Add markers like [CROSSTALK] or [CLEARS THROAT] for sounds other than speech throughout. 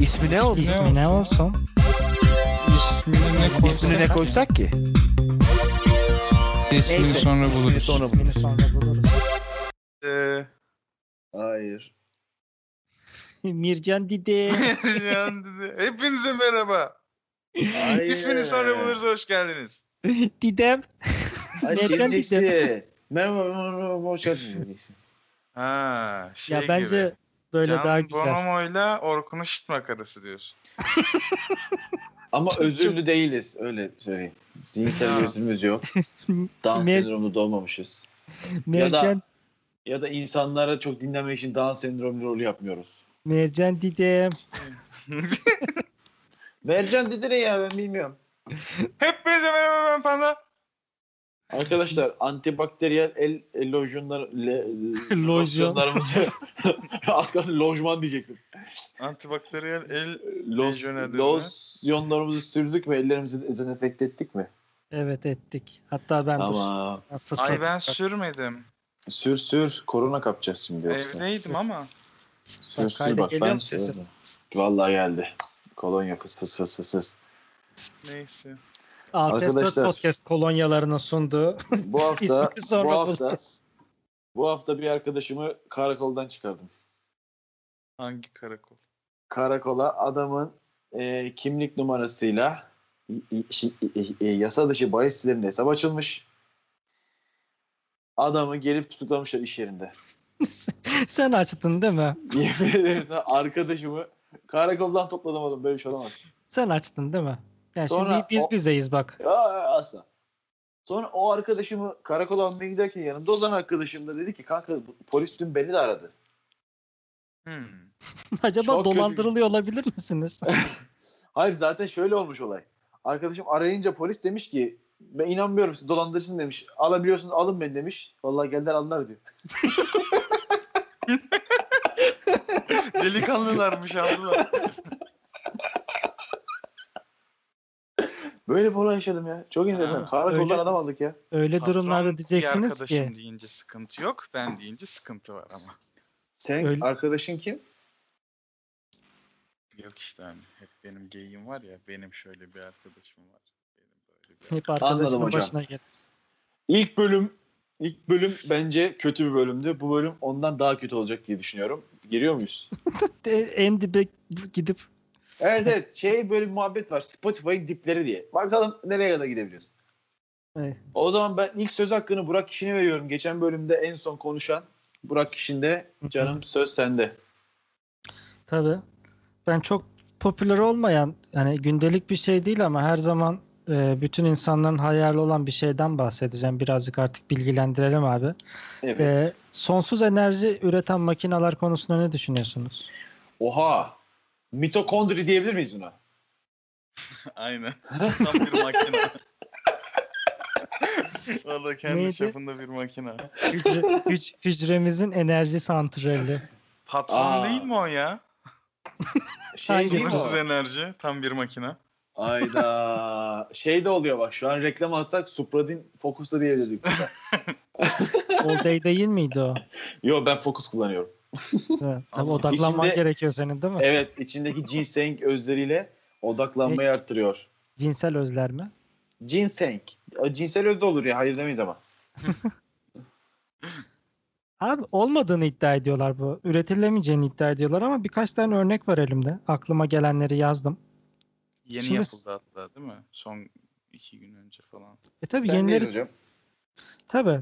İsmi ne oldu? İsmi ne olsun? İsmini ne koysak? İsmini ne koysak ki? İsmini Neyse, sonra ismini buluruz. sonra buluruz. İsmini sonra buluruz. Ee, Hayır. [LAUGHS] Mircan Didi. Can dedi. Hepinize merhaba. Hayır. İsmini sonra buluruz hoş geldiniz. Didem. Ay, Neden şey diyeceksin. diyeceğim? Merhaba, merhaba, hoş geldin diyeceksin. Ha, şey Ya bence gibi. böyle Can daha güzel. Bonomo'yla Orkun'un şit makadası diyorsun. Ama özürlü değiliz öyle söyleyeyim. Zihinsel bir özrümüz yok. [LAUGHS] Down Mer- sendromlu doğmamışız. Ya da- Mercan, Ya da insanlara çok dinlemek için Down sendromlu rolü yapmıyoruz. Mercan Didem. Mercan dedi ne ya ben bilmiyorum. Hepinize merhaba ben Panda. Arkadaşlar antibakteriyel el, el lojyonlar, le, [LAUGHS] Lojyon. [LAUGHS] lojyonlarımızı az kalsın lojman diyecektim. Antibakteriyel el Los, Lejyoner diyor losyonlarımızı sürdük mü? Ellerimizi dezenfekte ettik mi? Evet ettik. Hatta ben dur. Tamam. Ben fısıldadım. Ay ben sürmedim. Sür sür. Korona kapacağız şimdi yoksa. Evdeydim ama. Sür Kayda sür bak geliyor ben mu sesim? söyledim. Vallahi geldi. Kolonya fıs fıs fıs [LAUGHS] fıs fıs. Neyse. Alt F4 Arkadaşlar. Podcast kolonyalarının sunduğu. Bu hafta İsmini sonra bu hafta bulacağız. bu hafta bir arkadaşımı karakoldan çıkardım. Hangi karakol? Karakola adamın e, kimlik numarasıyla i- i- şi- i- i- yasa dışı bahis sitelerinde hesap açılmış. Adamı gelip tutuklamışlar iş yerinde. [LAUGHS] [LAUGHS] Sen açtın değil mi? Yemin ederim sana arkadaşımı karakoldan topladım oğlum böyle bir şey olamaz. Sen açtın değil mi? Yani şimdi Sonra biz o- bizeyiz bak. Ya asla. Sonra o arkadaşımı karakola almaya giderken yanımda olan arkadaşım da dedi ki kanka bu- polis dün beni de aradı. Hmm. [LAUGHS] Acaba Çok kötü. dolandırılıyor olabilir misiniz? Hayır zaten şöyle olmuş olay. Arkadaşım arayınca polis demiş ki ben inanmıyorum siz dolandırırsın demiş. Alabiliyorsunuz alın beni demiş. Vallahi geldiler aldılar diyor. [LAUGHS] Delikanlılarmış aldılar. Böyle bir olay yaşadım ya. Çok enteresan. Ha, Karakoldan öyle. adam aldık ya. Öyle Patron durumlarda bir diyeceksiniz arkadaşım ki deyince sıkıntı yok. Ben deyince sıkıntı var ama. Sen Öyle. arkadaşın kim? Yok işte hani hep benim geyiğim var ya benim şöyle bir arkadaşım var. Benim böyle bir hep Anladım arkadaşının hocam. başına gelir. İlk bölüm ilk bölüm bence kötü bir bölümdü. Bu bölüm ondan daha kötü olacak diye düşünüyorum. Giriyor muyuz? De- E, En dibe gidip Evet evet şey böyle bir muhabbet var Spotify'ın dipleri diye. Bakalım nereye kadar gidebiliyoruz. Evet. O zaman ben ilk söz hakkını Burak Kişin'e veriyorum. Geçen bölümde en son konuşan Burak Kişin'de canım söz sende. Tabii. Ben çok popüler olmayan yani gündelik bir şey değil ama her zaman e, bütün insanların hayali olan bir şeyden bahsedeceğim. Birazcık artık bilgilendirelim abi. Evet. E, sonsuz enerji üreten makineler konusunda ne düşünüyorsunuz? Oha. Mitokondri diyebilir miyiz buna? Aynen. [LAUGHS] Tam bir makine. Valla kendi Neydi? çapında bir makine. Hücre, [LAUGHS] hüc- hücremizin enerji santrali. Patron Aa. değil mi o ya? Şey değil mi Hangisi? Sınırsız o? enerji. Tam bir makine. Ayda. Şey de oluyor bak şu an reklam alsak Supradin Focus'ta diyebilirdik. All day değil miydi [LAUGHS] o? Yo ben Focus kullanıyorum. Evet. Tabii Anladım. odaklanman İçinde- gerekiyor senin değil mi? Evet içindeki ginseng özleriyle odaklanmayı arttırıyor. Cinsel özler mi? Ginseng. Cinsel öz de olur ya hayır demeyiz ama. Abi olmadığını iddia ediyorlar bu. Üretilemeyeceğini iddia ediyorlar ama birkaç tane örnek var elimde. Aklıma gelenleri yazdım. Yeni Şimdi- yapıldı hatta değil mi? Son iki gün önce falan. E tabii Sen yenileri neyiz hocam? Tabii.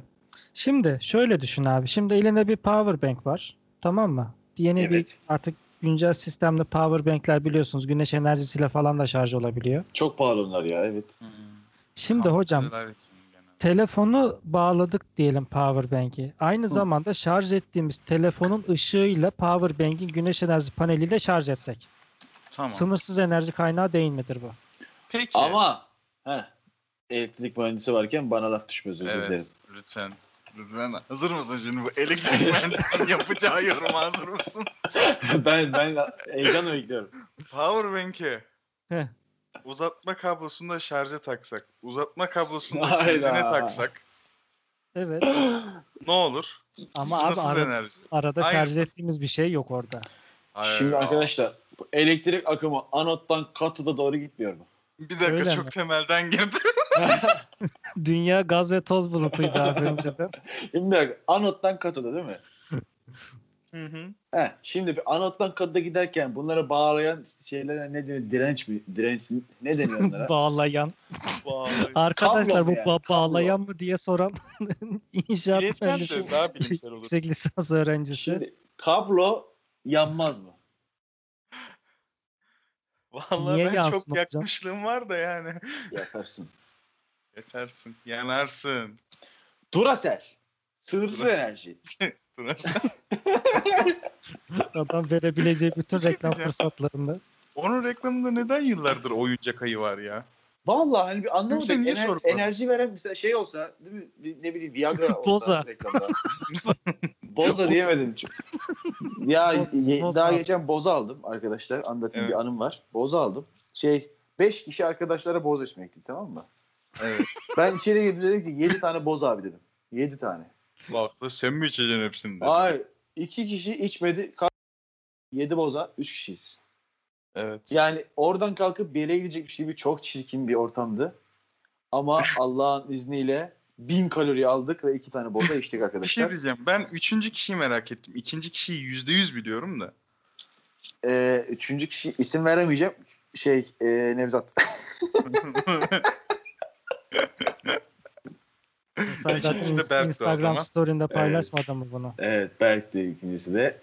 Şimdi şöyle düşün abi. Şimdi elinde bir power bank var. Tamam mı? Yeni bir Evet. artık güncel sistemde power bankler biliyorsunuz güneş enerjisiyle falan da şarj olabiliyor. Çok pahalı onlar ya evet. Hmm. Şimdi hocam Kampanyalar için genelde. telefonu bağladık diyelim power bank'i. Aynı zamanda şarj ettiğimiz telefonun ışığıyla power bank'in güneş enerji paneliyle şarj etsek. Tamam. Sınırsız enerji kaynağı değil midir bu? Peki. Ama heh, elektrik mühendisi varken bana laf düşmez özür dilerim. [LAUGHS] Evet. Lütfen. Lütfen. Hazır mısın şimdi bu elektrik mühendisinin yapacağı yoruma hazır mısın? ben ben heyecanla bekliyorum. Powerbank'i. Heh. Uzatma kablosunu da şarja taksak. Uzatma kablosunu da Hayda. kendine taksak. [CLEARS THROAT] Evet. Ne olur? Ama abi Sınırsız ara- enerji. arada Hayır. şarj ettiğimiz bir şey yok orada. Hayır, Şimdi aa, arkadaşlar bu elektrik akımı anottan katoda doğru gitmiyor mu? Bir dakika Öyle çok mi? temelden girdi. Dünya gaz ve toz bulutuydu abi önceden. Şimdi bir dakika, anottan katoda değil mi? Hı hı. He, şimdi bir anottan katoda giderken bunları bağlayan şeylere ne deniyor? Direnç mi? Direnç mi? ne [LAUGHS] deniyor [LAUGHS] onlara? Bağlayan. Vallahi. Arkadaşlar Kablo bu mu yani? ba- bağlayan mı diye soran [LAUGHS] inşaat İletken mühendisi şey, de daha [LAUGHS] bilimsel olur. yüksek lisans öğrencisi. Şey- Şimdi kablo yanmaz mı? Vallahi Niye ben yansın çok hocam? yakmışlığım var da yani. Yakarsın. Yetersin. Yanarsın. Duracell. Sınırsız enerji. Burası. Adam verebileceği bütün Bir şey reklam diyeceğim. fırsatlarında. [LAUGHS] Onun reklamında neden yıllardır oyuncak ayı var ya? Vallahi hani bir anlamadım. Kimse niye Ener- sormadı? enerji veren mesela şey olsa değil mi? Bir- ne bileyim Viagra olsa [LAUGHS] Boza. reklamda. boza diyemedim çünkü. ya Boz- ye- boz daha aldım. geçen boza aldım arkadaşlar. Anlatayım Evet. bir anım var. Boza aldım. Şey 5 kişi arkadaşlara boza içmeye gittik tamam mı? [LAUGHS] Evet. Ben içeri girdim dedim ki 7 tane boza abi dedim. 7 tane. Lafta sen mi içeceksin hepsini? dedi. Hayır. 2 kişi içmedi. 7 boza 3 kişiyiz. Evet. Yani oradan kalkıp bir yere gidecekmiş gibi çok çirkin bir ortamdı. [LAUGHS] Ama Allah'ın izniyle bin kalori aldık ve iki tane boza içtik Bir [LAUGHS] şey arkadaşlar. diyeceğim. Ben üçüncü kişiyi merak ettim. İkinci kişiyi yüzde yüz biliyorum da. Ee, üçüncü kişi isim veremeyeceğim. Şey e, Nevzat. Sen İkincisi zaten de Berk'ti o inst- Instagram zaman. story'inde Evet. paylaşmadın mı bunu? [LAUGHS] Evet Berk de ikincisi de.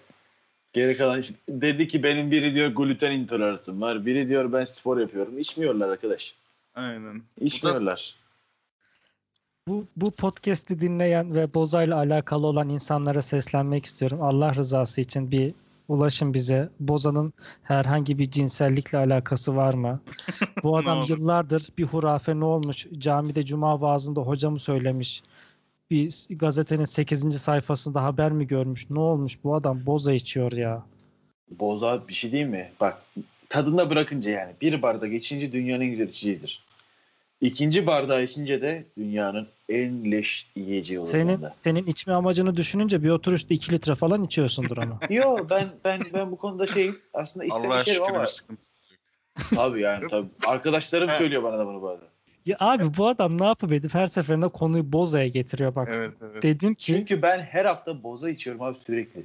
Geri kalan işte dedi ki benim biri diyor gluten intoleransım var. Biri diyor ben spor yapıyorum. İçmiyorlar arkadaş. Aynen. İçmiyorlar. Bu, bu podcast'i dinleyen ve Boza'yla alakalı olan insanlara seslenmek istiyorum. Allah rızası için bir ulaşın bize. Boza'nın herhangi bir cinsellikle alakası var mı? Bu Ne adam olur. yıllardır bir hurafe ne olmuş? Camide cuma vaazında hocamı söylemiş. Bir s- gazetenin 8. sayfasında haber mi görmüş? Ne olmuş? Bu adam boza içiyor ya. Boza bir şey değil mi? Bak tadında bırakınca yani bir barda geçince dünyanın en güzel içeceğidir. İkinci bardağı içince de dünyanın en leş yiyeceği olur. Senin bunda. senin içme amacını düşününce bir oturuşta 2 litre falan içiyorsundur ama. Yo ben ben ben bu konuda şey aslında Allah'a istemişlerim şükür ama bir [LAUGHS] sıkıntı. tabii yani tabii arkadaşlarım söylüyor bana da bunu bazen. ya abi bu adam ne yapıp edip her seferinde konuyu Boza'ya getiriyor bak. Evet evet. Şey, Dedim ki Çünkü ben her hafta boza içiyorum abi sürekli.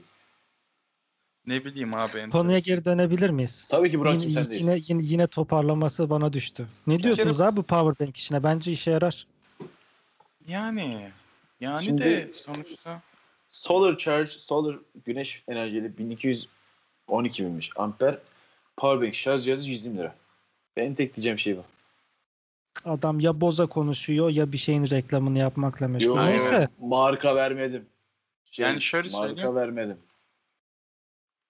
Ne bileyim abi. enteresan. Konuya geri dönebilir miyiz? Tabii ki Burak'cığım yine, sendeyiz. yine, yine, yine toparlaması bana düştü. Ne Sen- diyorsunuz Şeref- abi bu powerbank işine? Bence işe yarar. Yani. Yani Şimdi- de sonuçta. Solar Charge, Solar Güneş enerjili 1212 binmiş amper. Powerbank şarj cihazı 120 lira. Benim tek diyeceğim şey bu. Adam ya boza konuşuyor ya bir şeyin reklamını yapmakla meşgul. Yok, Neyse. evet. Marka vermedim. Şey, Yani şöyle marka söyleyeyim. vermedim.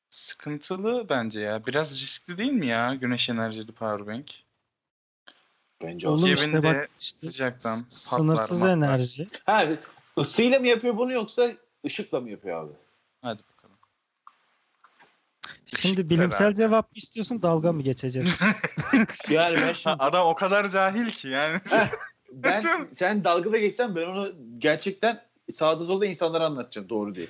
Sıkıntılı bence ya. Biraz riskli değil mi ya güneş enerjili powerbank? Bence Oğlum olsun. işte Cebinde bak işte Sıcaktan patlar. sınırsız matlar. enerji. Ha, ısıyla mı yapıyor bunu yoksa ışıkla mı yapıyor abi? Hadi bakalım. Şimdi Işık bilimsel beraber. cevap mı istiyorsun dalga mı geçeceğiz? [LAUGHS] Yani [LAUGHS] ben şimdi, Adam o kadar cahil ki yani. [LAUGHS] ben, sen dalgada geçsen ben onu gerçekten sağda solda insanlara anlatacağım doğru diye.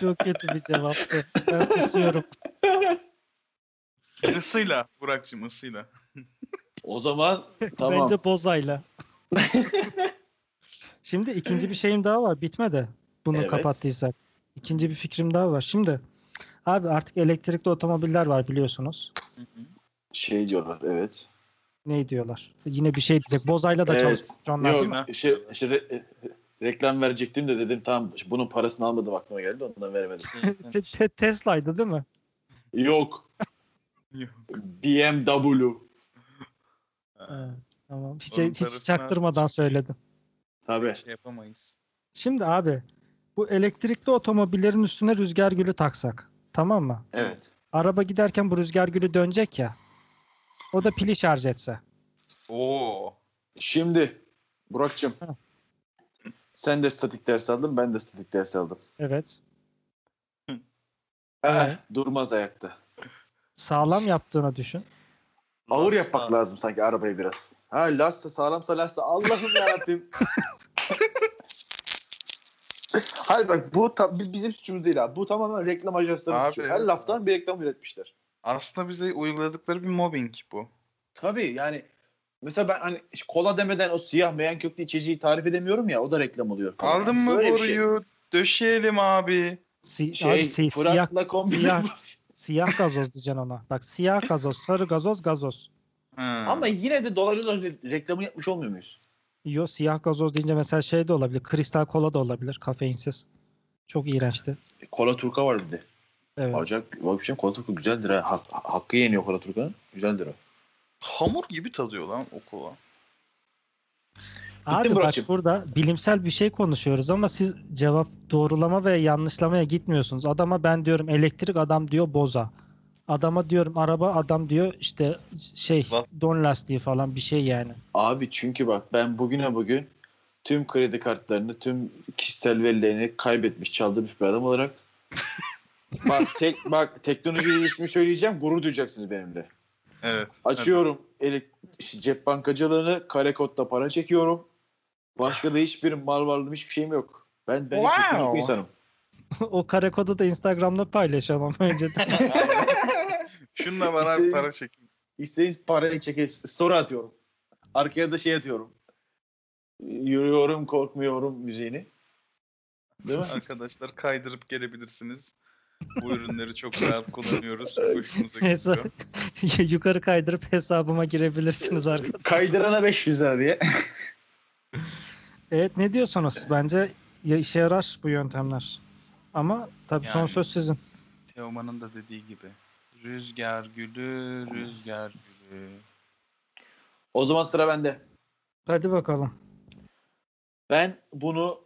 Çok kötü bir cevaptı. Ben susuyorum. Isıyla Burak'cığım [LAUGHS] ısıyla. O zaman tamam. Bence [LAUGHS] bozayla. Şimdi ikinci bir şeyim daha var. Bitmedi. Bunu Evet. kapattıysak. İkinci bir fikrim daha var. Şimdi abi artık elektrikli otomobiller var biliyorsunuz. Şey diyorlar evet. Ne diyorlar? Yine bir şey diyecek. Bozayla da Evet. çalışmış onlar. Yok değil mi? şey, şey, re- e, reklam verecektim de dedim tamam bunun parasını almadım aklıma geldi ondan veremedim. Şey, Te- te- Tesla'ydı değil mi? Yok. Yok. BMW. Evet, tamam. Hiç, Onun hiç parasını çaktırmadan söyledim. Tabii. şey yapamayız. Şimdi abi bu elektrikli otomobillerin üstüne rüzgar gülü taksak. Tamam mı? Evet. Araba giderken bu rüzgar gülü dönecek ya. O da pili şarj etse. Oo. Şimdi Burak'cığım. Ha. sen de statik ders aldın ben de statik ders aldım. Evet. Eh, durmaz ayakta. sağlam yaptığını düşün. Ağır Lasta. yapmak lazım sanki arabayı biraz. Ha [LAUGHS] lasta sağlamsa lasta Allah'ım yarabbim. Hayır bak bu ta- bi- bizim suçumuz değil abi. Bu tamamen reklam ajansları Abi, suçu. Her evet. laftan bir reklam üretmişler. Aslında bize uyguladıkları bir mobbing bu. Tabii yani mesela ben hani işte kola demeden o siyah meyan köklü içeceği tarif edemiyorum ya o da reklam oluyor. falan. Aldın mı Böyle bir boruyu? Döşeyelim abi. Si- Şey, abi, şey si- siyah, Fırat'la kombin. siyah. siyah gazoz diyeceksin ona. Bak siyah gazoz, sarı gazoz, gazoz. Ha. Ama yine de dolarla re- reklamı yapmış olmuyor muyuz? Yo siyah gazoz deyince mesela şey de olabilir. Kristal kola da olabilir kafeinsiz. Çok iğrençti. E, Kola Turka var bir de. Evet. Acayip bak bir şey Kola Turka güzeldir ha. Hak- hakkı yeniyor Kola Turka'nın. Güzeldir o. hamur gibi tadıyor lan o kola. Abi bak Burak'cığım. burada bilimsel bir şey konuşuyoruz ama siz cevap doğrulama ve yanlışlamaya gitmiyorsunuz. Adama ben diyorum elektrik adam diyor boza. Adama diyorum araba adam diyor işte şey Last- don lastiği falan bir şey yani. [LAUGHS] Abi çünkü bak ben bugüne bugün tüm kredi kartlarını, tüm kişisel verilerini kaybetmiş, çaldırmış bir adam [LAUGHS] olarak bak tek bak teknoloji ismi söyleyeceğim, gurur duyacaksınız benimle. [LAUGHS] Evet. Açıyorum elek, işte cep bankacılığını, kare kodla para çekiyorum. Başka da hiçbir mal varlığım, hiçbir şeyim yok. Ben ben Wow. wow. bir insanım. o kare kodu da Instagram'da paylaşalım [LAUGHS] önceden. Şununla bana bir para çekin. İstediğiniz parayı çeker, story atıyorum. Arkaya da şey atıyorum. Yürüyorum, korkmuyorum müziğini. Değil mi? Arkadaşlar kaydırıp gelebilirsiniz. Bu ürünleri çok rahat [LAUGHS] kullanıyoruz. Hoşumuza Hesap, [LAUGHS] gidiyor. yukarı kaydırıp hesabıma girebilirsiniz arkadaşlar. Kaydırana 500 lira diye. [LAUGHS] Evet ne diyorsunuz? Bence ya işe yarar bu yöntemler. Ama tabii son Yani. söz sizin. Teoman'ın da dediği gibi. Rüzgar gülü, rüzgar gülü. O zaman sıra bende. Hadi bakalım. Ben bunu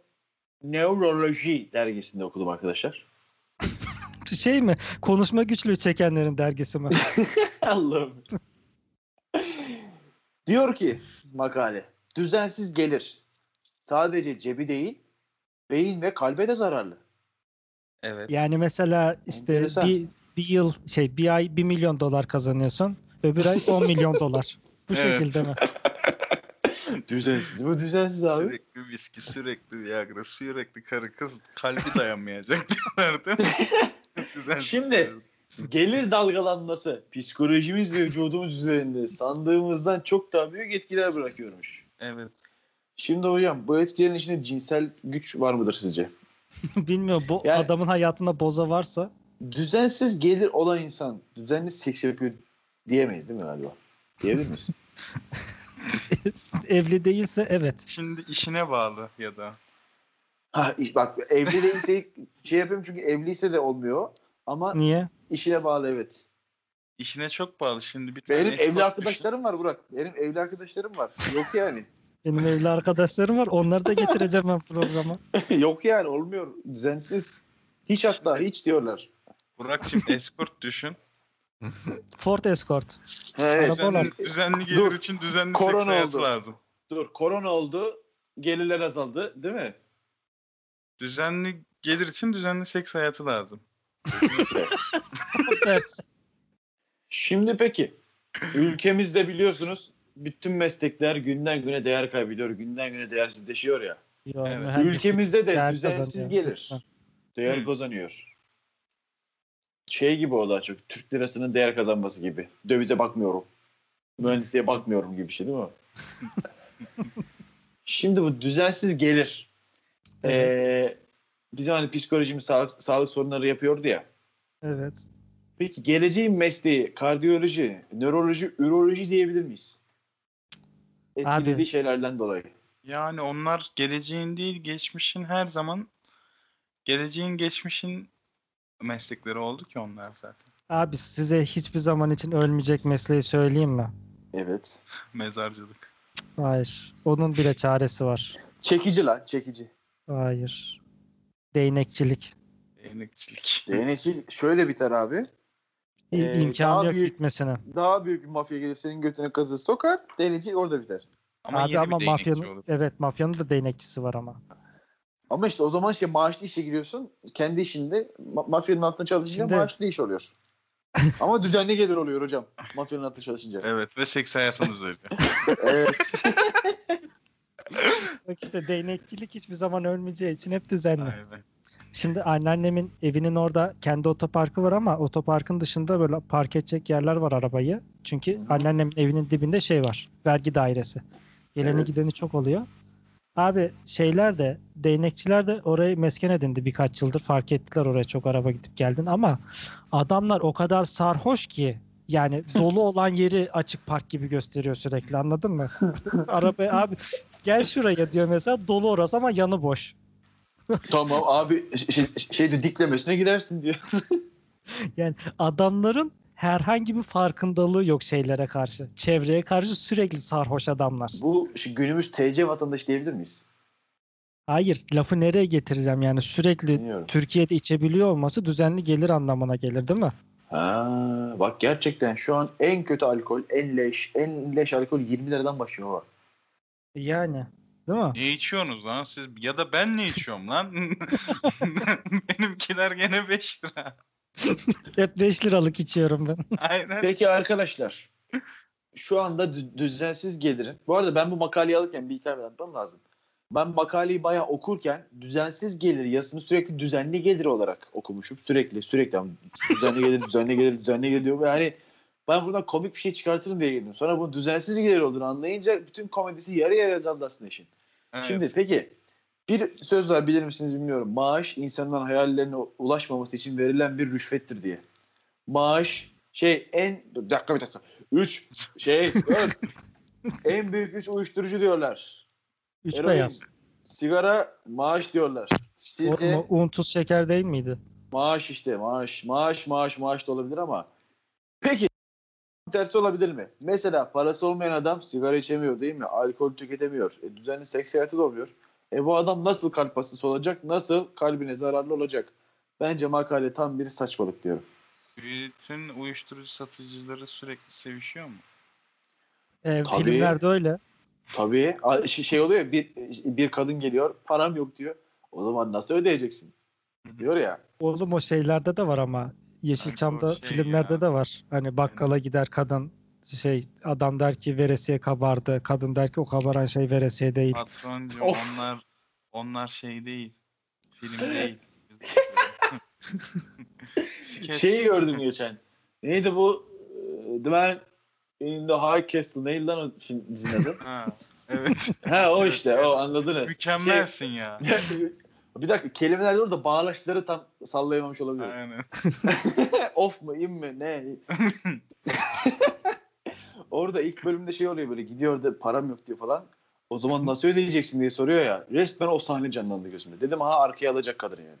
Neuroloji dergisinde okudum arkadaşlar. [LAUGHS] Şey mi? Konuşma güçlüğü çekenlerin dergisi mi? Allah'ım. [LAUGHS] Diyor ki makale, düzensiz gelir sadece cebi değil, beyin ve kalbe de zararlı. [LAUGHS] Evet. Yani mesela işte Enteresan. bir, bir yıl şey bir ay 1 milyon dolar kazanıyorsun. Öbür ay 10 milyon dolar. Bu Evet. şekilde mi? [LAUGHS] Düzensiz mi? Düzensiz abi. Sürekli viski, sürekli Viagra, sürekli karı kız kalbi dayanmayacak [LAUGHS] diyorlar değil [LAUGHS] mi? Çok güzel. Şimdi- gelir dalgalanması psikolojimiz ve vücudumuz üzerinde sandığımızdan çok daha büyük etkiler bırakıyormuş. Evet. Şimdi hocam bu etkilerin içinde cinsel güç var mıdır sizce? Bilmiyorum bu Yani- adamın hayatında boza varsa düzensiz gelir olan insan düzenli seks yapıyor diyemeyiz değil mi galiba? Diyebilir miyiz? evli değilse evet. Şimdi işine bağlı ya da. ha, iş- bak evli değilse şey yapıyorum çünkü evliyse de olmuyor ama Niye? işine bağlı evet. İşine çok bağlı. Şimdi bir tane Benim eş evli bakmış. arkadaşlarım var Burak. Benim evli arkadaşlarım var. Yok yani. Benim evli arkadaşlarım var. Onları da getireceğim ben programa. Yok yani olmuyor. Düzensiz. Hiç hatta hiç diyorlar. Burak'cığım escort düşün. Ford Escort. Evet. Araba- olan. Düzenli, düzenli gelir Dur. için düzenli Korona seks hayatı oldu. lazım. Dur korona oldu. Gelirler azaldı değil mi? Düzenli gelir için düzenli seks hayatı lazım. Tam tersi. Şimdi peki ülkemizde biliyorsunuz bütün meslekler günden güne değer kaybediyor, günden güne değersizleşiyor ya. Yo, Evet. mühendislik Ülkemizde de değer düzensiz kazanıyor. gelir. Ha. Değer Hı. kazanıyor. Şey gibi o daha çok. Türk lirasının değer kazanması gibi. Dövize bakmıyorum. Mühendisliğe bakmıyorum gibi bir [LAUGHS] şey değil mi? Şimdi bu düzensiz gelir. Ee, bizim hani psikolojimiz sağlık, sağlık sorunları yapıyordu ya. Evet. Peki geleceğin mesleği kardiyoloji, nöroloji, üroloji diyebilir miyiz? Etkilediği Abi. şeylerden dolayı. Yani onlar geleceğin değil geçmişin her zaman geleceğin geçmişin meslekleri oldu ki onlar zaten. Abi size hiçbir zaman için ölmeyecek mesleği söyleyeyim mi? Evet. Mezarcılık. Hayır. Onun bile çaresi var. Çekici lan çekici. Hayır. Değnekçilik. Değnekçilik. DNC şöyle biter abi. İ- Ee, İmkanı daha yok büyük- gitmesine. Daha büyük bir mafya gelir senin götüne kazı sokar. DNC orada biter. Ama Abi yeni ama bir değnekçi mafyanın olur. evet mafyanın da değnekçisi var ama. Ama işte o zaman şey maaşlı işe giriyorsun. Kendi işinde ma- mafyanın altında çalışınca Şimdi- maaşlı iş oluyor. Ama düzenli gelir oluyor hocam. Mafyanın altında çalışınca. Evet ve seks hayatın üzerine. evet. Bak işte değnekçilik hiçbir zaman ölmeyeceği için hep düzenli. Aynen. Şimdi anneannemin evinin orada kendi otoparkı var ama otoparkın dışında böyle park edecek yerler var arabayı. Çünkü Hı hı. anneannemin evinin dibinde şey var. Vergi dairesi. Geleni Evet. gideni çok oluyor. Abi şeyler de değnekçiler de orayı mesken edindi birkaç yıldır. Fark ettiler oraya çok araba gidip geldin ama adamlar o kadar sarhoş ki [LAUGHS] yani dolu olan yeri açık park gibi gösteriyor sürekli anladın [LAUGHS] mı? Arabaya abi gel şuraya diyor mesela dolu orası ama yanı boş. Tamam abi şey, şeyde diklemesine gidersin diyor. adamların herhangi bir farkındalığı yok şeylere karşı. Çevreye karşı sürekli sarhoş adamlar. Bu şu günümüz TC vatandaşı diyebilir miyiz? Hayır, lafı nereye getireceğim yani sürekli Bilmiyorum. Türkiye'de içebiliyor olması düzenli gelir anlamına gelir değil mi? Ha, bak gerçekten şu an en kötü alkol, en leş, en leş alkol 20 liradan başlıyor baba. Yani. Değil mi? Ne içiyorsunuz lan siz? Ya da ben ne içiyorum lan? [LAUGHS] Benimkiler gene 5 lira. Hep 5 liralık içiyorum ben. Aynen. Peki arkadaşlar. Şu anda dü- düzensiz gelirin. Bu arada ben bu makaleyi alırken bir hikaye anlatmam lazım. Ben makaleyi bayağı okurken düzensiz gelir yazısını sürekli düzenli gelir olarak okumuşum. Sürekli sürekli ama düzenli gelir düzenli gelir düzenli gelir diyor. Ve hani ben buradan komik bir şey çıkartırım diye girdim. Sonra bunun düzensiz gelir olduğunu anlayınca bütün komedisi yarı yarıya azaldı aslında işin. Evet. Şimdi peki bir söz var bilir misiniz bilmiyorum. Maaş insanların hayallerine ulaşmaması için verilen bir rüşvettir diye. Maaş şey en dur, bir dakika bir dakika. Üç şey dört. en büyük üç uyuşturucu diyorlar. 3 Eroin, beyaz. Sigara maaş diyorlar. Oğlum Sizce o un tuz şeker değil miydi? maaş işte maaş maaş maaş maaş da olabilir ama. Peki tersi olabilir mi? Mesela parası olmayan adam sigara içemiyor değil mi? Alkol tüketemiyor. E, düzenli seks hayatı da olmuyor. E bu adam nasıl kalp hastası olacak? Nasıl kalbine zararlı olacak? Bence makale tam bir saçmalık diyorum. Bütün uyuşturucu satıcıları sürekli sevişiyor mu? Ee, Tabii. filmlerde öyle. Tabii. A- ş- Şey oluyor ya, bir, bir kadın geliyor param yok diyor. O zaman nasıl ödeyeceksin? Diyor ya. Oğlum o şeylerde de var ama. Yeşilçam'da Ay, o şey filmlerde ya. de var. Hani bakkala gider kadın şey adam der ki veresiye kabardı. Kadın der ki o kabaran şey veresiye değil. Patroncu Of. onlar onlar şey değil. [LAUGHS] Film değil. Skeç. Şeyi gördüm geçen. Neydi bu? Ee, The Man in the High Castle. Neydi lan o film dizinin adı? Ha, [LAUGHS] evet. ha o işte. Evet. O anladınız. Mükemmelsin ya. Şey- [LAUGHS] bir dakika kelimeler orada bağlaçları tam sallayamamış olabilir. Aynen. of mu in mi ne? [LAUGHS] Orada ilk bölümde şey oluyor böyle gidiyor da param yok diyor falan. O [LAUGHS] zaman nasıl ödeyeceksin diye soruyor ya. Resmen o sahne canlandı gözümde. Dedim ha arkaya alacak kadın yani.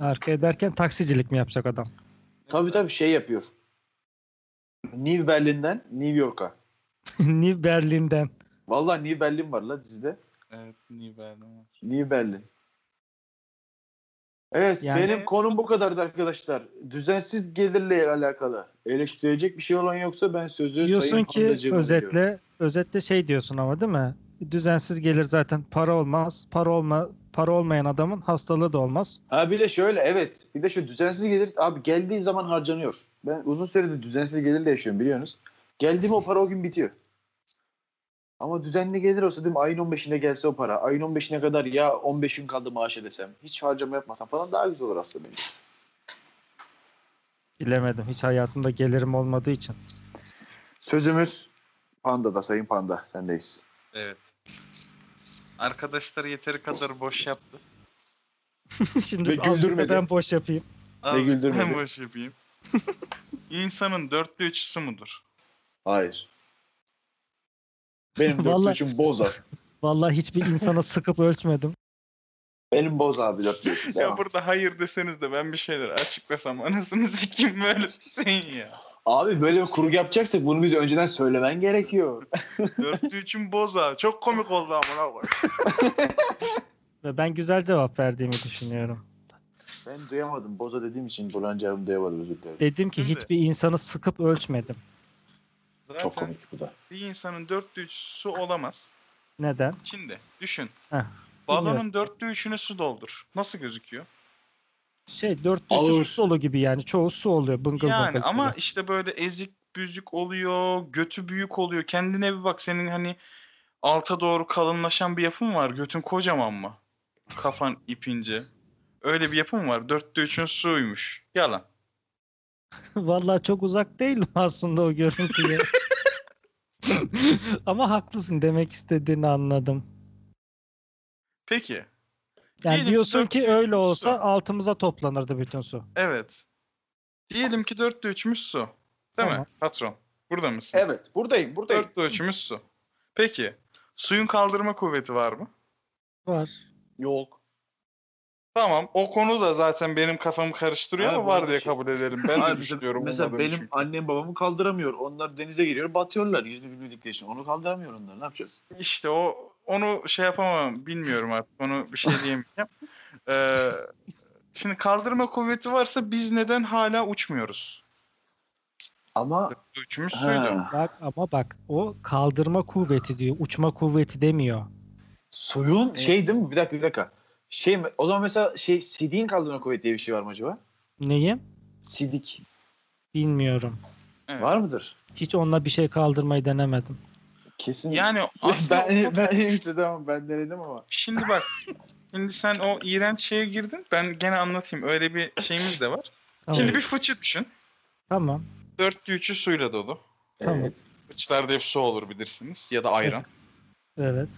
Arkaya derken taksicilik mi yapacak adam? [LAUGHS] Tabii tabii şey yapıyor. New Berlin'den New York'a. New Berlin'den. Vallahi New Berlin var la dizide. Evet, niye verdim? New Berlin. Evet Yani- benim konum bu kadardı arkadaşlar. Düzensiz gelirle alakalı. Eleştirecek bir şey olan yoksa ben sözü Diyorsun Sayın ki Handacı'ya özetle bırakıyorum. özetle şey diyorsun ama değil mi? Düzensiz gelir zaten para olmaz. Para olma para olmayan adamın hastalığı da olmaz. Ha bir de şöyle evet. Bir de şu düzensiz gelir abi geldiği zaman harcanıyor. Ben uzun süredir düzensiz gelirle yaşıyorum biliyorsunuz. Geldiğim o para o gün bitiyor. Ama düzenli gelir olsa değil mi ayın 15'inde gelse o para. Ayın 15'ine kadar ya 15 gün kaldı maaşı desem. Hiç harcama yapmasam falan daha güzel olur aslında benim. Bilemedim. Hiç hayatımda gelirim olmadığı için. [LAUGHS] Sözümüz Panda'da Sayın Panda sendeyiz. Evet. Arkadaşlar yeteri kadar boş yaptı. Şimdi Ve azıcık da güldürmedi. ben boş yapayım. Az güldürmedi. ben boş yapayım. İnsanın dörtte üçüsü mudur? Hayır. [LAUGHS] Benim dörtlü Vallahi- üçüm boza. Vallahi hiçbir insana sıkıp ölçmedim. Benim boz abi dörtlü üçüm. Ya Devam. burada hayır deseniz de ben bir şeyler açıklasam anasını sikeyim böyle bir şeyin ya. Abi böyle bir kurgu yapacaksak bunu bize önceden söylemen gerekiyor. Dörtte üçün boza. Çok komik oldu amına koy. Ve ben güzel cevap verdiğimi düşünüyorum. Ben duyamadım. Boza dediğim için Burhan Cevim duyamadım özür dilerim. Dedim ki Şimdi- hiçbir insanı sıkıp ölçmedim. Zaten Çok komik bu da. bir insanın dörtte üçüsü olamaz. Neden? Şimdi düşün. Heh, Balonun dörtte üçünü su doldur. Nasıl gözüküyor? Şey dört Ağır. dört su dolu gibi yani. Çoğu su oluyor. Bıngıl yani bıngıl ama böyle. işte böyle ezik büzük oluyor. Götü büyük oluyor. Kendine bir bak senin hani alta doğru kalınlaşan bir yapın var. Götün kocaman mı? Kafan ipince. Öyle bir yapım var. Dörtte üçün suymuş. Yalan. [LAUGHS] Vallahi çok uzak değilim [LAUGHS] aslında o [LAUGHS] görüntüye. Ama haklısın demek istediğini anladım. Peki. Yani Diyelim ki diyorsun dört ki öyle su. olsa altımıza toplanırdı bütün su. Evet. Diyelim ki dörtte üçmüş su. Değil mi Tamam. patron? Burada mısın? Evet buradayım buradayım. Dörtte üçümüz su. Peki. Suyun kaldırma kuvveti var mı? Var. Yok. Tamam. O konu da zaten benim kafamı karıştırıyor Abi ama bu var arada diye şey- kabul [LAUGHS] edelim. Ben Abi de bize- düşünüyorum. mesela onda da benim düşün- annem babamı kaldıramıyor. Onlar denize giriyor batıyorlar yüzme bilmedikleri için. Onu kaldıramıyor onlar ne yapacağız? İşte o onu şey yapamam bilmiyorum artık onu bir şey [LAUGHS] diyemeyeceğim. Ee, şimdi kaldırma kuvveti varsa biz neden hala uçmuyoruz? Ama Üçümüz suydu. ha, Bak ama bak o kaldırma kuvveti diyor. Uçma kuvveti demiyor. suyun şey değil mi? Bir dakika bir dakika. Şey mi? O zaman mesela şey sidiğin kaldırma kuvveti diye bir şey var mı acaba? Neyi? Sidik Bilmiyorum. Evet. var mıdır? Hiç onunla bir şey kaldırmayı denemedim. [LAUGHS] Kesin. Yani aslında [LAUGHS] ben ben istedim ama ben denedim ama. şimdi bak şimdi sen o iğrenç şeye girdin. Ben gene anlatayım. Öyle bir şeyimiz de var. Tamam. Şimdi bir fıçı düşün. Tamam. Dörtte üçü suyla dolu. Tamam. Ee, Fıçılarda hep su olur bilirsiniz ya da ayran. Evet.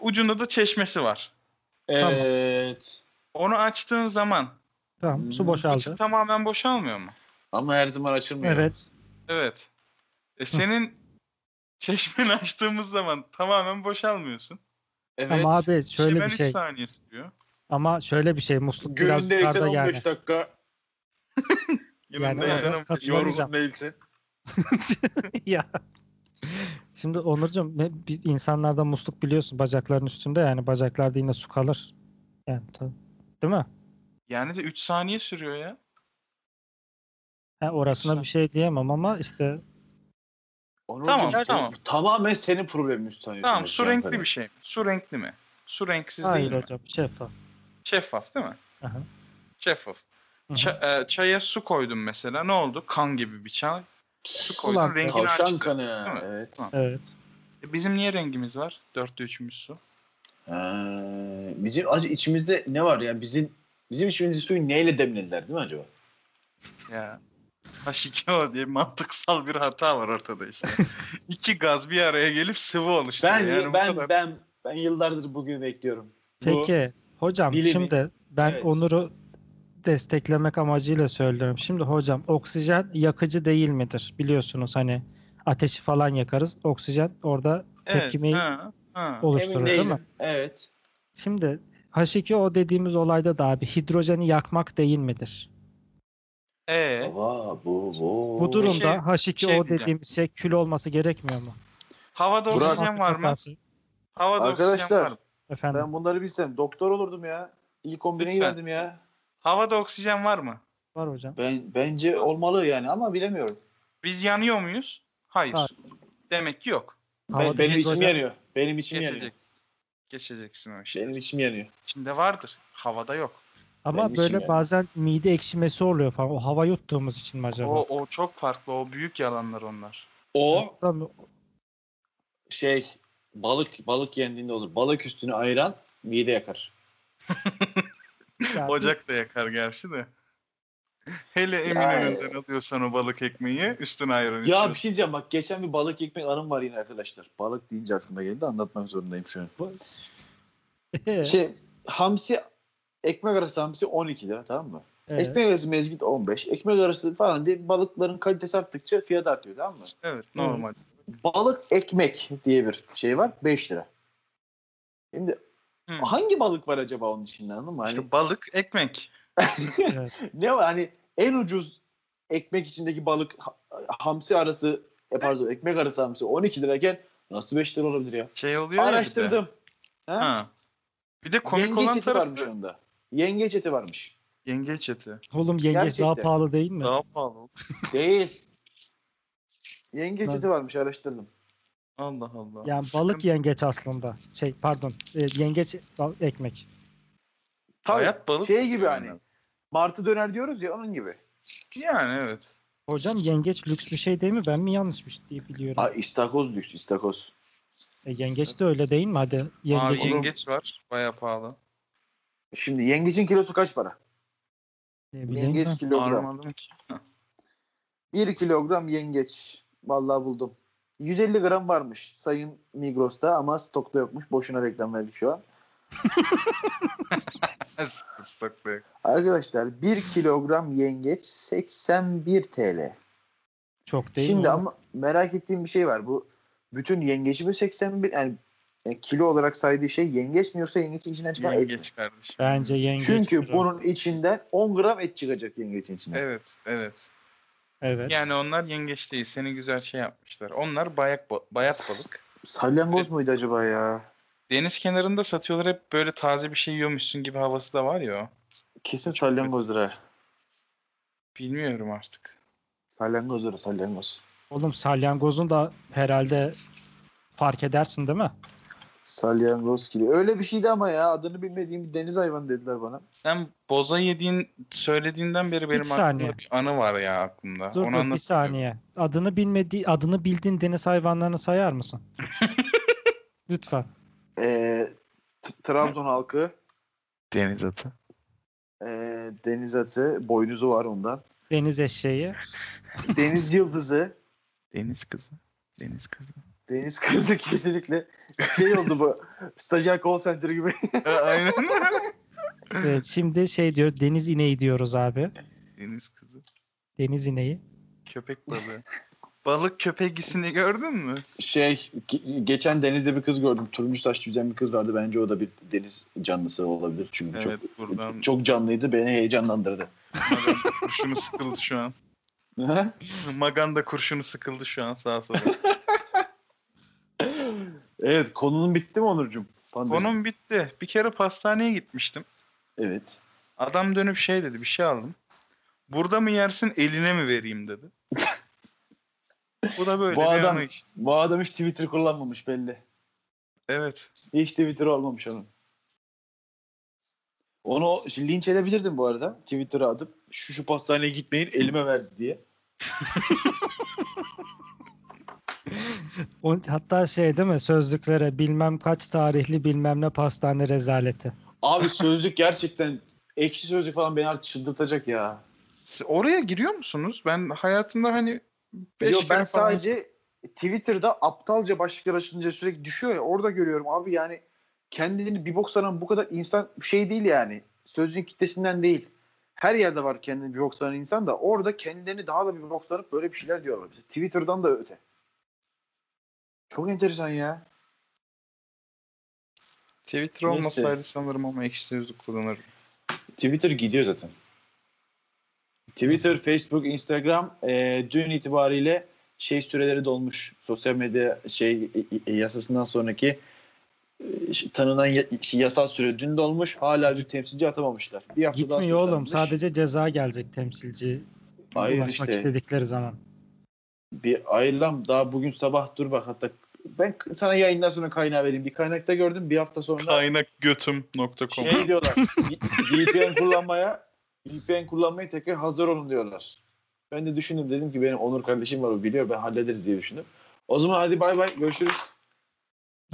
Ucunda da çeşmesi var. Tamam. Evet. Onu açtığın zaman Tamam. Su Hmm, boşaldı. fıçı tamamen boşalmıyor mu? Ama her zaman açılmıyor. Evet. Evet. E senin [LAUGHS] çeşmeni açtığımız zaman tamamen boşalmıyorsun. Evet. Ama abi şöyle Çemen bir üç şey. saniye sürüyor. Ama şöyle bir şey. Musluk biraz Gönlünde eğsen yukarıda 15 yani. dakika. Yani Yanında insanın evet, katılıyorum. yorum- Hocam. Yorulun değilsin. ya. Şimdi Onurcuğum ne- biz insanlarda musluk biliyorsun bacakların üstünde yani bacaklarda yine su kalır. Yani tabii. Değil mi? Yani de 3 saniye sürüyor ya. Ha, orasına Yoksa- bir şey diyemem ama işte Tamam, Onurcuğum, tamam. bu Tamamen senin problemin üstüne. Tamam su renkli bir şey mi? Su renkli mi? Su renksiz hayır değil mi? hocam şeffaf. Şeffaf değil mi? Aha. Şeffaf. Hı hı. Ça- e, çaya su koydum mesela. Ne oldu? Kan gibi bir çay. Su koydum. Ulan, rengini Tavşan açtı. kanı. Değil mi? Evet. Tamam. Evet. E, bizim niye rengimiz var? Dörtte üçümüz su. Ee, bizim acı içimizde ne var ya? Bizim bizim içimizde suyu neyle demlediler değil mi acaba? Ya. H2O diye mantıksal bir hata var ortada [LAUGHS] işte. İki gaz bir araya gelip sıvı oluştu. Ben yani bu ben kadar. ben ben yıllardır bugünü bekliyorum. Peki hocam bilimin- şimdi ben Evet. Onur'u desteklemek amacıyla söylüyorum. Şimdi hocam oksijen yakıcı değil midir? Biliyorsunuz hani ateşi falan yakarız. Oksijen orada tepkimeyi ha, ha. Bu, oluşturur değil mi? Evet. Şimdi H2O dediğimiz olayda da abi hidrojeni yakmak değil midir? Ee, Ava, bu bu. Bu durumda şey- H2O şey diyeceğim. dediğimiz şey kül olması gerekmiyor mu? havada Burak- oksijen var mı? Havada oksijen var Arkadaşlar mı? Efendim. ben bunları bilsem doktor olurdum ya. İlk 11'e Lütfen. girerdim ya. Havada oksijen var mı? Var hocam. Ben bence olmalı yani ama bilemiyorum. Biz yanıyor muyuz? Hayır. Hayır. Demek ki yok. Ben, Havada benim hidrojen- içim yanıyor. Benim içim yanıyor. Geçeceksin. Geçeceksin o işi. Benim içim yanıyor. İçinde vardır. Havada yok. Ama Benim içim böyle yanıyor. bazen mide ekşimesi oluyor falan. O hava yuttuğumuz için mi acaba? O, o çok farklı. O büyük yalanlar onlar. O [LAUGHS] Tabii, şey balık balık yendiğinde olur. Balık üstüne ayran mide yakar. Şey, yani [LAUGHS] Ocak da yakar gerçi de. Hele Eminönü'nden alıyorsan o balık ekmeği üstüne ayran Ya içiyorsun. bir şey diyeceğim bak geçen bir balık ekmek anım var yine arkadaşlar. Balık deyince aklıma geldi anlatmak zorundayım şu an. Şey hamsi ekmek arası hamsi 12 lira tamam mı? Evet. Ekmek arası mezgit 15. Ekmek arası falan diye balıkların kalitesi arttıkça fiyat artıyor tamam mı? Evet normal. Balık ekmek diye bir şey var 5 lira. Şimdi Hı. hangi balık var acaba onun içinde anladın mı? Hani, Hmm. İşte balık ekmek. ne var hani en ucuz ekmek içindeki balık ha- hamsi arası e, pardon ekmek arası hamsi 12 lirayken nasıl 5 lira olabilir ya? Şey oluyor ya bir de. Araştırdım. Ha? Ha. Bir de komik yengeç olan eti varmış tarafı onda. Yengeç eti varmış. yengeç eti. Oğlum yengeç daha Gerçekten. pahalı değil mi? Daha pahalı. Değil. Yengeç Lan. eti varmış araştırdım. Allah Allah. Yani balık Sıkıntı. yengeç aslında. Şey pardon. e, Yengeç bal- ekmek. Tabii, Hayat balık. Şey gibi hani. Martı döner diyoruz ya onun gibi. Yani evet. Hocam yengeç lüks bir şey değil mi? Ben mi yanlış bir şey diye biliyorum. Aa, istakoz lüks istakoz. E, yengeç de öyle değil mi? Hadi Yengeç. yengeç. yengeç var. Baya pahalı. Şimdi yengecin kilosu kaç para? Ne bileyim ben. Yengeç kilogram. Armadım ki. 1 kilogram yengeç. Vallahi buldum. 150 gram varmış sayın Migros'ta ama stokta yokmuş. Boşuna reklam verdik şu an. Stoklayık. Arkadaşlar 1 kilogram yengeç 81 TL. Çok değil Şimdi mi? ama merak ettiğim bir şey var. Bu bütün yengeci mi 81 yani e, kilo olarak saydığı şey yengeç mi yoksa yengeçin içinden çıkan et mi? Yengeç kardeşim. Bence yengeç. Çünkü biraz. bunun içinden 10 gram et çıkacak yengeçin içinden. Evet, evet. evet. Yani onlar yengeç değil. Seni güzel şey yapmışlar. Onlar bayak ba- bayat balık. Salyangoz muydu acaba ya? Deniz kenarında satıyorlar hep böyle taze bir şey yiyormuşsun gibi havası da var ya. o. Kesin salyangozdur ha. Bilmiyorum artık. Salyangozdur salyangoz. Oğlum salyangozun da herhalde fark edersin değil mi? Salyangoz kilo. Öyle bir şeydi ama ya adını bilmediğim bir deniz hayvanı dediler bana. Sen boza yediğin söylediğinden beri benim saniye. aklımda bir anı var ya aklımda. Dur dur bir anlatayım. saniye. Adını bilmediği adını bildiğin deniz hayvanlarını sayar mısın? Lütfen. Ee, T- Trabzon halkı Deniz atı. e, deniz atı boynuzu var ondan. Deniz eşeği. Deniz yıldızı Deniz kızı. Deniz [LAUGHS] kızı. Deniz kızı [LAUGHS] kesinlikle şey oldu bu. Stajyer call center gibi. Aynen. [LAUGHS] Evet, şimdi şey diyor deniz ineği diyoruz abi. Deniz kızı. Deniz ineği. Köpek balığı. [LAUGHS] Balık köpeğisini gördün mü? Şey ge- geçen denizde bir kız gördüm. Turuncu saç yüzen bir kız vardı. Bence o da bir deniz canlısı olabilir. Çünkü Evet buradan. çok çok canlıydı. Beni heyecanlandırdı. Maganda kurşunu sıkıldı şu an. Maganda kurşunu sıkıldı şu an sağa [LAUGHS] sola. evet konunun bitti mi Onurcuğum? Pandemi. Konum bitti. Bir kere pastaneye gitmiştim. Evet. Adam dönüp şey dedi bir şey aldım. Burada mı yersin eline mi vereyim dedi. Bu da böyle [LAUGHS] Bu bir adam- anı işte. Bu adam hiç Twitter kullanmamış belli. Evet. Hiç Twitter olmamış onun. Onu şimdi linç edebilirdim bu arada. Twitter'a atıp şu şu pastaneye gitmeyin elime verdi diye. O, hatta şey değil mi sözlüklere bilmem kaç tarihli bilmem ne pastane rezaleti. Abi sözlük gerçekten ekşi sözlük falan beni artık çıldırtacak ya. S- Oraya giriyor musunuz? Ben hayatımda hani 5 Yo, kere falan- ben sadece Twitter'da aptalca başlıklar açınca sürekli düşüyor ya orada görüyorum abi yani kendini bir bok saran bu kadar insan şey değil yani. Sözlüğün kitlesinden değil. Her yerde var kendini bir bok saran insan da orada kendilerini daha da bir bok sarıp böyle bir şeyler diyorlar bize. Twitter'dan da öte. Çok enteresan ya. Twitter Neyse. olmasaydı sanırım ama ekşi sözlük kullanırdım. Twitter gidiyor zaten. Twitter, Facebook, Instagram eee, dün itibariyle şey süreleri dolmuş. Sosyal medya şey e- e- yasasından sonraki e, ş- tanınan ya- şey, yasal süre dün dolmuş. Hala bir temsilci atamamışlar. Bir hafta daha Gitmiyor oğlum. sürseymiş. Sadece ceza gelecek temsilci Hayır ulaşmak işte. istedikleri zaman. bir ayrılam daha bugün sabah dur bak hatta ben sana yayından sonra kaynağı vereyim. Bir kaynakta gördüm. Bir hafta sonra Kaynakgötüm.com şey diyorlar. [LAUGHS] VPN kullanmaya VPN kullanmaya tekrar hazır olun diyorlar. Ben de düşündüm dedim ki benim Onur kardeşim var o biliyor ben hallederiz diye düşündüm. O zaman hadi bay bay görüşürüz.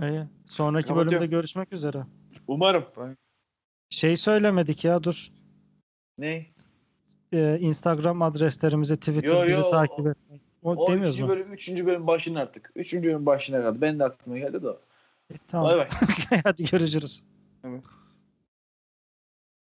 İyi. Sonraki Kapatıyorum. bölümde görüşmek üzere. Umarım. Şey söylemedik ya dur. Ne? Ee, Instagram adreslerimizi, Twitter Yo, bizi yo, takip o- et. O, O demiyoruz üçüncü mu? bölüm, üçüncü bölüm başına artık. Üçüncü bölüm başına kaldı. Ben de aklıma geldi de. o. [LAUGHS] E, tamam. Bay bay. Hadi görüşürüz.